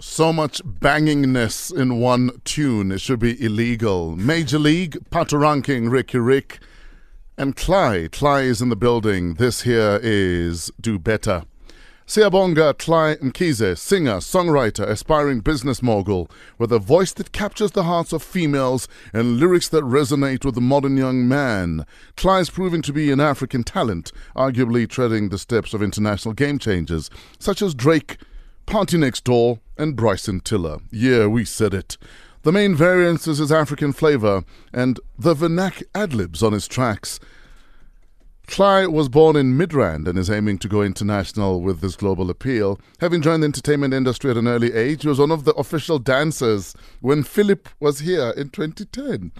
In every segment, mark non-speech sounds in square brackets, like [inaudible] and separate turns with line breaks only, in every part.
so much bangingness in one tune. It should be illegal. Major League, Pataranking, Ricky Rick, and Cly. Cly is in the building. This here is Do Better. Siabonga Cly Nkize, singer, songwriter, aspiring business mogul, with a voice that captures the hearts of females and lyrics that resonate with the modern young man. Cly's proven to be an African talent, arguably treading the steps of international game changers such as Drake, Party Next Door, and Bryson Tiller. Yeah, we said it. The main variance is his African flavor and the vernac adlibs on his tracks. Cly was born in Midrand and is aiming to go international with this global appeal. Having joined the entertainment industry at an early age, he was one of the official dancers when Philip was here in 2010.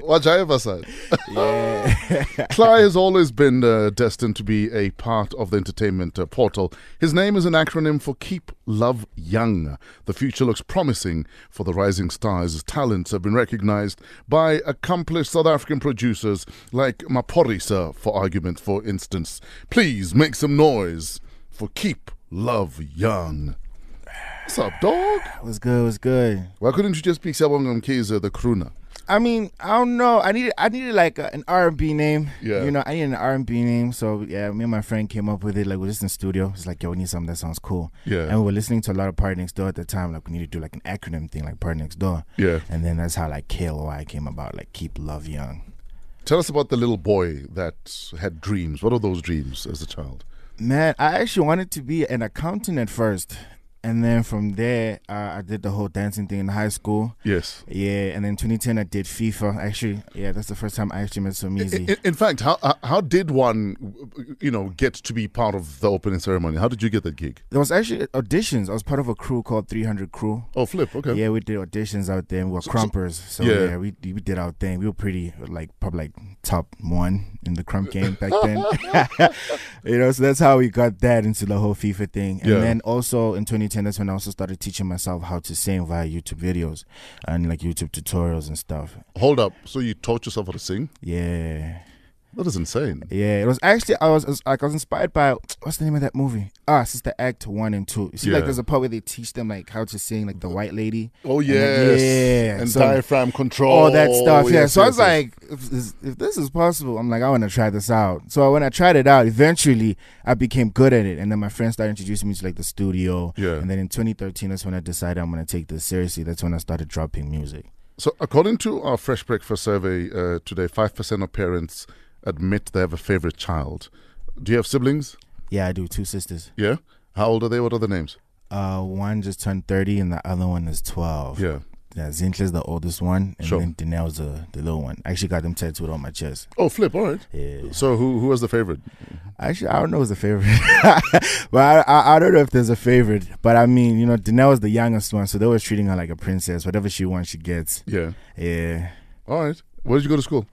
Wajaiva said. Yeah. Cly has always been uh, destined to be a part of the entertainment uh, portal. His name is an acronym for Keep Love Young. The future looks promising for the rising stars. His talents have been recognized by accomplished South African producers like Maporisa for argument, for instance. Please make some noise for Keep Love Young. What's up, dog?
What's good? What's good?
Why couldn't you just pick Sabongam Kiza, the crooner?
I mean, I don't know. I needed, I needed like a, an R and B name.
Yeah.
You know, I needed an R and B name. So yeah, me and my friend came up with it. Like we we're just in studio. It's like, yo, we need something that sounds cool.
Yeah.
And we were listening to a lot of Party Next Door at the time. Like we need to do like an acronym thing, like Party Next Door.
Yeah.
And then that's how like KLY came about. Like keep love young.
Tell us about the little boy that had dreams. What are those dreams as a child?
Man, I actually wanted to be an accountant at first. And then from there, uh, I did the whole dancing thing in high school.
Yes.
Yeah, and then 2010 I did FIFA. Actually, yeah, that's the first time I actually met Somizi.
In, in fact, how uh, how did one, you know, get to be part of the opening ceremony? How did you get that gig?
There was actually auditions. I was part of a crew called 300 Crew.
Oh, flip. Okay.
Yeah, we did auditions out there. And we were crumpers, so
yeah.
yeah, we we did our thing. We were pretty like probably like top one in the crump game back [laughs] then. you know, so that's how we got that into the whole FIFA thing. And
Yeah.
then also in 2010, that's when I also started teaching myself how to sing via YouTube videos and like YouTube tutorials and stuff.
Hold up. So you taught yourself how to sing?
Yeah.
That is insane.
Yeah, it was actually I was, I was- like I was inspired by what's the name of that movie? Ah, Sister Act one and two. You see,
Yeah.
like there's a part where they teach them like how to sing, like the white lady.
Oh
And
yes.
then- yeah,
And
so-
diaphragm control.
all that stuff. yeah,
Yes,
so I
yes,
was
yes.
like, if this, if this is possible, I'm like, I want to try this out. So when I tried it out, eventually I became good at it, and then my friends started introducing me to like the studio.
Yeah.
And then in 2013, that's when I decided I'm gonna take this seriously. That's when I started dropping music.
So, according to our Fresh Breakfast survey uh, today, 5% of parents admit they have a favorite child. Do you have siblings?
Yeah, I do. Two sisters.
Yeah. How old are they? What are their names?
Uh, one just turned 30, and the other one is 12.
Yeah.
Yeah, Zintla's uh, the oldest one, and
Sure.
then Danelle's the, the little one. I actually got them tattooed on my chest.
Oh, flip. All right.
Yeah.
So, who who was the favorite?
Actually, I don't know who's the favorite, [laughs] but I, I I don't know if there's a favorite. But I mean, you know, Danelle was the youngest one, so they were treating her like a princess. Whatever she wants, she gets.
Yeah.
Yeah.
All right. Where did you go to school?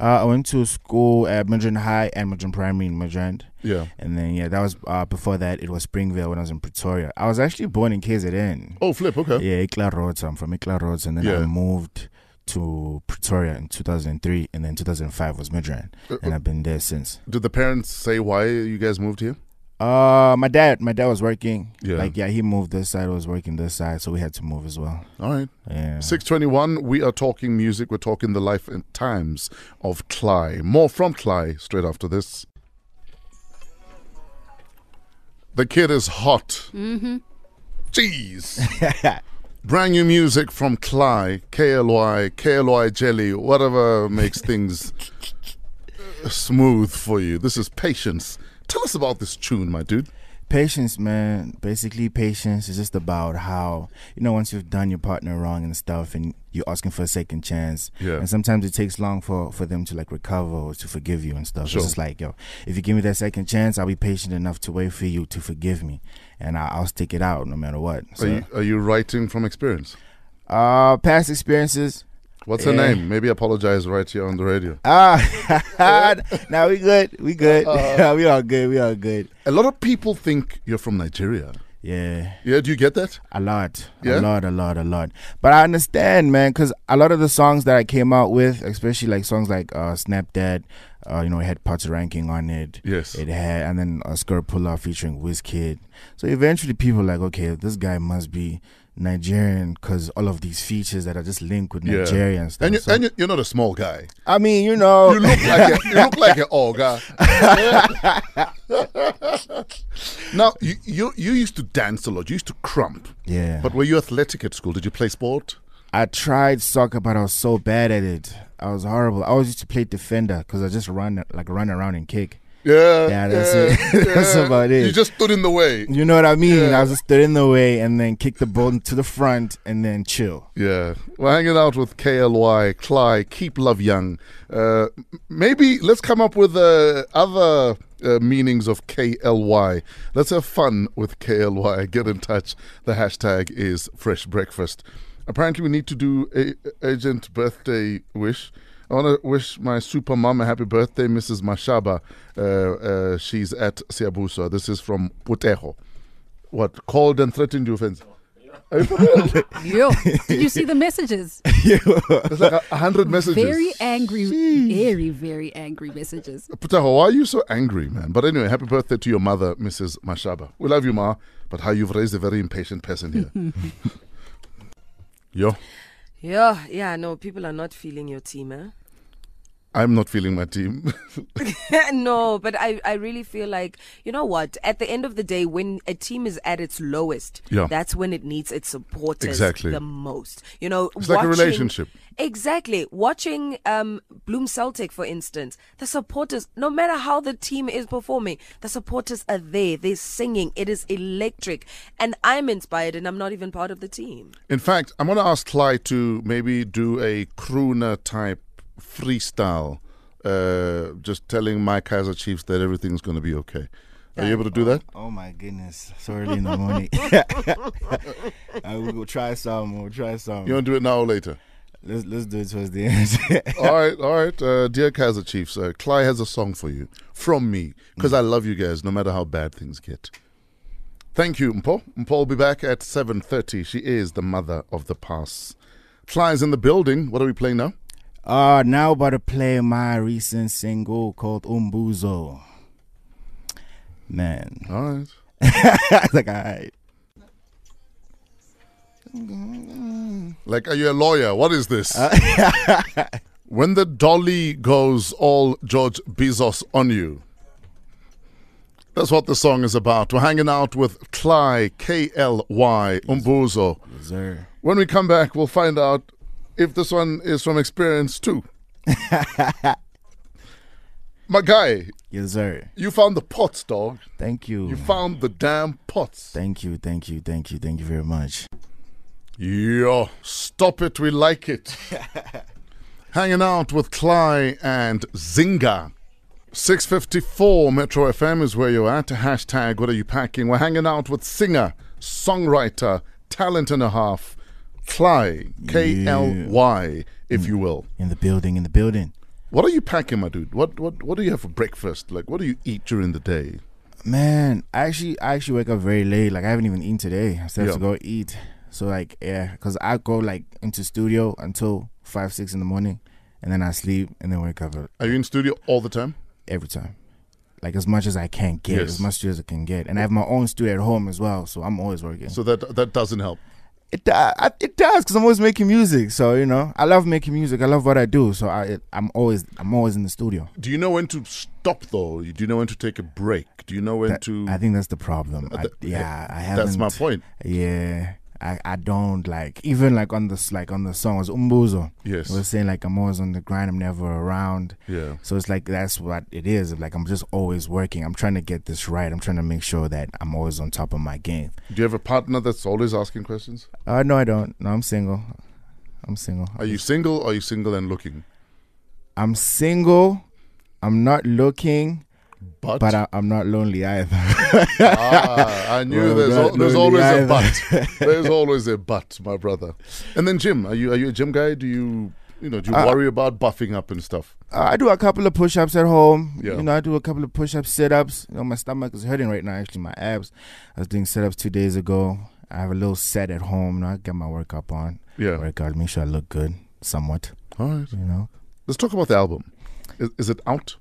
Uh, I went to school at Madrid High and Madrid Primary in Madrid.
Yeah.
And then, yeah, that was uh, before that, it was Springvale when I was in Pretoria. I was actually born in KZN.
Oh, flip. Okay.
Yeah, Ikla Roads. I'm from Ikla Roads, and then
Yeah.
I moved to Pretoria in 2003, and then 2005 was Midrand,
Uh,
and I've been there since.
Did the parents say why you guys moved here?
Uh, my dad, my dad was working.
Yeah.
like yeah, he moved this side. I was working this side, so we had to move as well.
All right.
Yeah.
621, we are talking music. We're talking the life and times of Cly. More from Cly straight after this. The kid is hot. Mm-hmm. Jeez. Brand new music from Cly, KLY, KLY Jelly, whatever makes things smooth for you. This is Patience. Tell us about this tune, my dude.
Patience, man. Basically, patience is just about how you know once you've done your partner wrong and stuff, and you're asking for a second chance.
Yeah.
And sometimes it takes long for for them to like recover or to forgive you and stuff.
Sure.
It's just like yo, if you give me that second chance, I'll be patient enough to wait for you to forgive me, and I, I'll stick it out no matter what. So,
Are you, are you writing from experience?
uh, past experiences.
What's her
Yeah.
name? Maybe apologize right here on the radio.
Ah, [laughs] now we good. We good. [laughs] we all good. We all good.
A lot of people think you're from Nigeria.
Yeah,
Yeah, do you get that?
a lot,
Yeah?
a lot, a lot, a lot. But I understand, man, because a lot of the songs that I came out with, especially like songs like uh, "Snap Dad," Uh, you know, it had Pots Ranking on it.
Yes.
It had, and then uh, Oscar Pula featuring Wizkid. So eventually people were like, okay, this guy must be Nigerian because all of these features that are just linked with
Yeah.
Nigeria and stuff.
And, you,
So,
and you, you're not a small guy.
I mean, you know,
You
[laughs]
look like a, you look like an ogre. now you, you you used to dance a lot. You used to crump.
yeah.
But were you athletic at school? Did you play sport?
I tried soccer, but I was so bad at it. I was horrible. I always used to play defender because I just run like run around and kick.
Yeah.
Yeah, that's it. [laughs] That's about it.
You just stood in the way.
You know what I mean?
Yeah.
I was just stood in the way and then kick the ball to the front and then chill.
Yeah. We're hanging out with KLY, Cly, Keep Love Young. Uh, m- maybe let's come up with uh, other uh, meanings of KLY. Let's have fun with KLY. [laughs] Get in touch. The hashtag is Fresh Breakfast. Apparently, we need to do a urgent birthday wish. I want to wish my super mom a happy birthday, Mrs. Mashaba. Uh, uh, she's at Siabuso. This is from Putejo. What? Called and threatened you, friends?
Yo, did you see the messages?
There's like a hundred messages.
Very angry, very, very angry messages.
Putaho, why are you so angry, man? But anyway, happy birthday to your mother, Mrs. Mashaba. We love you, Ma, but how you've raised a very impatient person here. Yo,
Yeah, yeah, no, people are not feeling your team, eh? [laughs]
I'm not feeling my team. [laughs]
no, but I, I really feel like, you know what? At the end of the day, when a team is at its lowest,
Yeah.
that's when it needs its supporters
Exactly.
the most. You know,
It's like a
watching-
relationship.
Exactly. Watching um, Bloom Celtic, for instance, the supporters, no matter how the team is performing, the supporters are there. They're singing. It is electric. And I'm inspired, and I'm not even part of the team.
In fact, I'm going to ask Clyde to maybe do a crooner type freestyle, uh, just telling my Kaiser Chiefs that everything's going to be okay. Are you able to do that?
Oh my goodness! So early in the [laughs] morning. Uh, we'll try some. We'll try some.
You want to do it now or later?
Let's let's do it towards the end. [laughs]
all right, all right. Uh, dear Kaiser Chiefs, uh, Cly has a song for you from me because I love you guys, no matter how bad things get. Thank you, Mpo. Mpo will be back at seven thirty. She is the mother of the pass. Cly's in the building. What are we playing now?
Uh, now about to play my recent single called Umbuzo. Man,
All right.
[laughs] it's like, all right.
Like, are you a lawyer? What is this? when the dolly goes all George Bezos on you. That's what the song is about. We're hanging out with Cly, K L Y, Umbuzo.
Sir.
When we come back, we'll find out if this one is from experience too. My guy,
Yes, sir.
you found the pots, dog.
Thank you.
You found the damn pots.
thank you, thank you, thank you, thank you very much.
Yeah, stop it, we like it. Hanging out with Cly and Zinga. 654 Metro FM is where you're at. Hashtag, what are you packing? We're hanging out with singer, songwriter, talent and a half, Cly, K L Y, if you will.
In the building, in the building.
What are you packing, my dude? What what what do you have for breakfast? Like, what do you eat during the day?
Man, I actually, I actually wake up very late. Like, I haven't even eaten today. I still have to
Yeah.
go eat. So, like, yeah, because I go, like, into studio until 5, 6 in the morning. And then I sleep and then wake up at
Are you in studio all the time?
every time. Like as much as I can get,
Yes.
as much as I can get, and I have my own studio at home as well, so I'm always working.
So that that doesn't help.
it do- I, it does because I'm always making music. So you know, I love making music. I love what I do. So I I'm always I'm always in the studio.
Do you know when to stop though? Do you know when to take a break? Do you know when to?
I think that's the problem. I,
Uh, th-
yeah, I haven't.
that's my point.
Yeah. I, I don't like even like on this like on the song it was Umbuzo.
Yes.
It was saying like I'm always on the grind, I'm never around.
Yeah.
So it's like that's what it is. Like I'm just always working. I'm trying to get this right. I'm trying to make sure that I'm always on top of my game.
Do you have a partner that's always asking questions?
Uh, no, I don't. No, I'm single. I'm single.
Are you single? Are you single and looking?
I'm single. I'm not looking,
But,
but uh, I, I'm not lonely either. [laughs]
ah, I knew
Well,
there's
not
al- there's
lonely
always a
[laughs]
but. There's always a but, my brother. And then Jim, are you are you a gym guy? Do you you know do you
Uh,
worry about buffing up and stuff?
I do a couple of push-ups at home.
Yeah.
You know, I do a couple of push-ups, sit-ups. You know, my stomach is hurting right now. Actually, my abs. I was doing sit-ups two days ago. I have a little set at home. You know, I get my workout on.
Yeah.
Workout. Make sure I look good, somewhat.
All right.
You know.
Let's talk about the album. Is, is it out?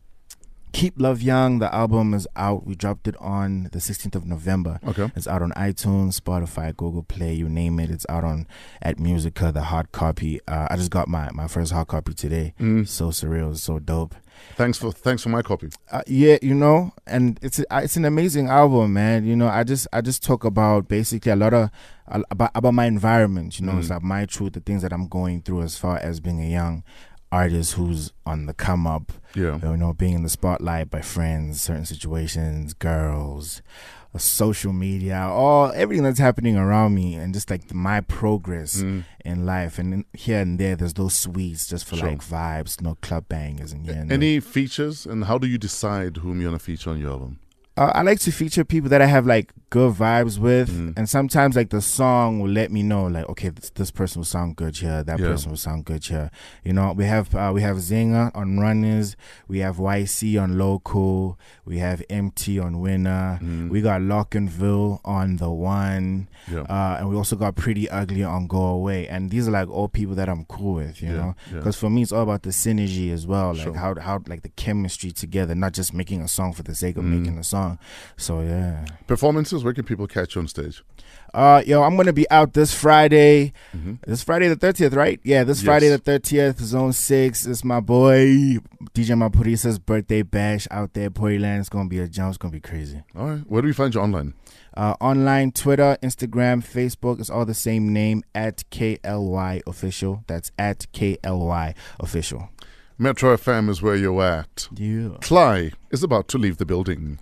Keep Love Young, the album is out. We dropped it on the 16th of November.
Okay.
It's out on iTunes, Spotify, Google Play, you name it. It's out on at Musica, the hard copy. Uh, I just got my, my first hard copy today.
Mm.
So surreal, so dope.
Thanks for thanks for my copy.
Uh, yeah, you know, and it's a, it's an amazing album, man. You know, I just I just talk about basically a lot of a- about about my environment. You
Mm.
know, it's like my truth, the things that I'm going through as far as being a young artist who's on the come up.
Yeah.
you know, being in the spotlight by friends, certain situations, girls, uh, social media, all everything that's happening around me, and just like my progress
Mm.
in life. And then here and there, there's those sweets just for like vibes, no club bangers, and yeah, and there.
Any features and how do you decide whom you're gonna feature on your album?
uh, I like to feature people that I have like good vibes with,
Mm.
and sometimes like the song will let me know like okay this, this person will sound good here, that
Yeah.
person will sound good here. You know we have uh, we have Zinger on Runners, we have YC on Local, we have MT on Winner, we got Lockenville on the One,
Mm. Yeah.
uh, and we also got Pretty Ugly on Go Away, and these are like all people that I'm cool with, you
Yeah,
know,
yeah.
because for me it's all about the synergy as well, like how how like the chemistry together, not just making a song for the sake of
Mm-hmm.
making a song. So yeah.
Performances, where can people catch you on stage?
Uh, yo, I'm gonna be out this Friday. This Friday the thirtieth, right? Yeah, this
Mm-hmm. Yes.
Friday the thirtieth, Zone Six. It's my boy DJ Mapurisa's birthday bash out there, Land. It's gonna be a jump. It's gonna be crazy.
All right. Where do we find you online?
Uh, online, Twitter, Instagram, Facebook. It's all the same name at KLY official. That's at KLY official.
Metro FM is where you're at.
Yeah.
Cly is about to leave the building.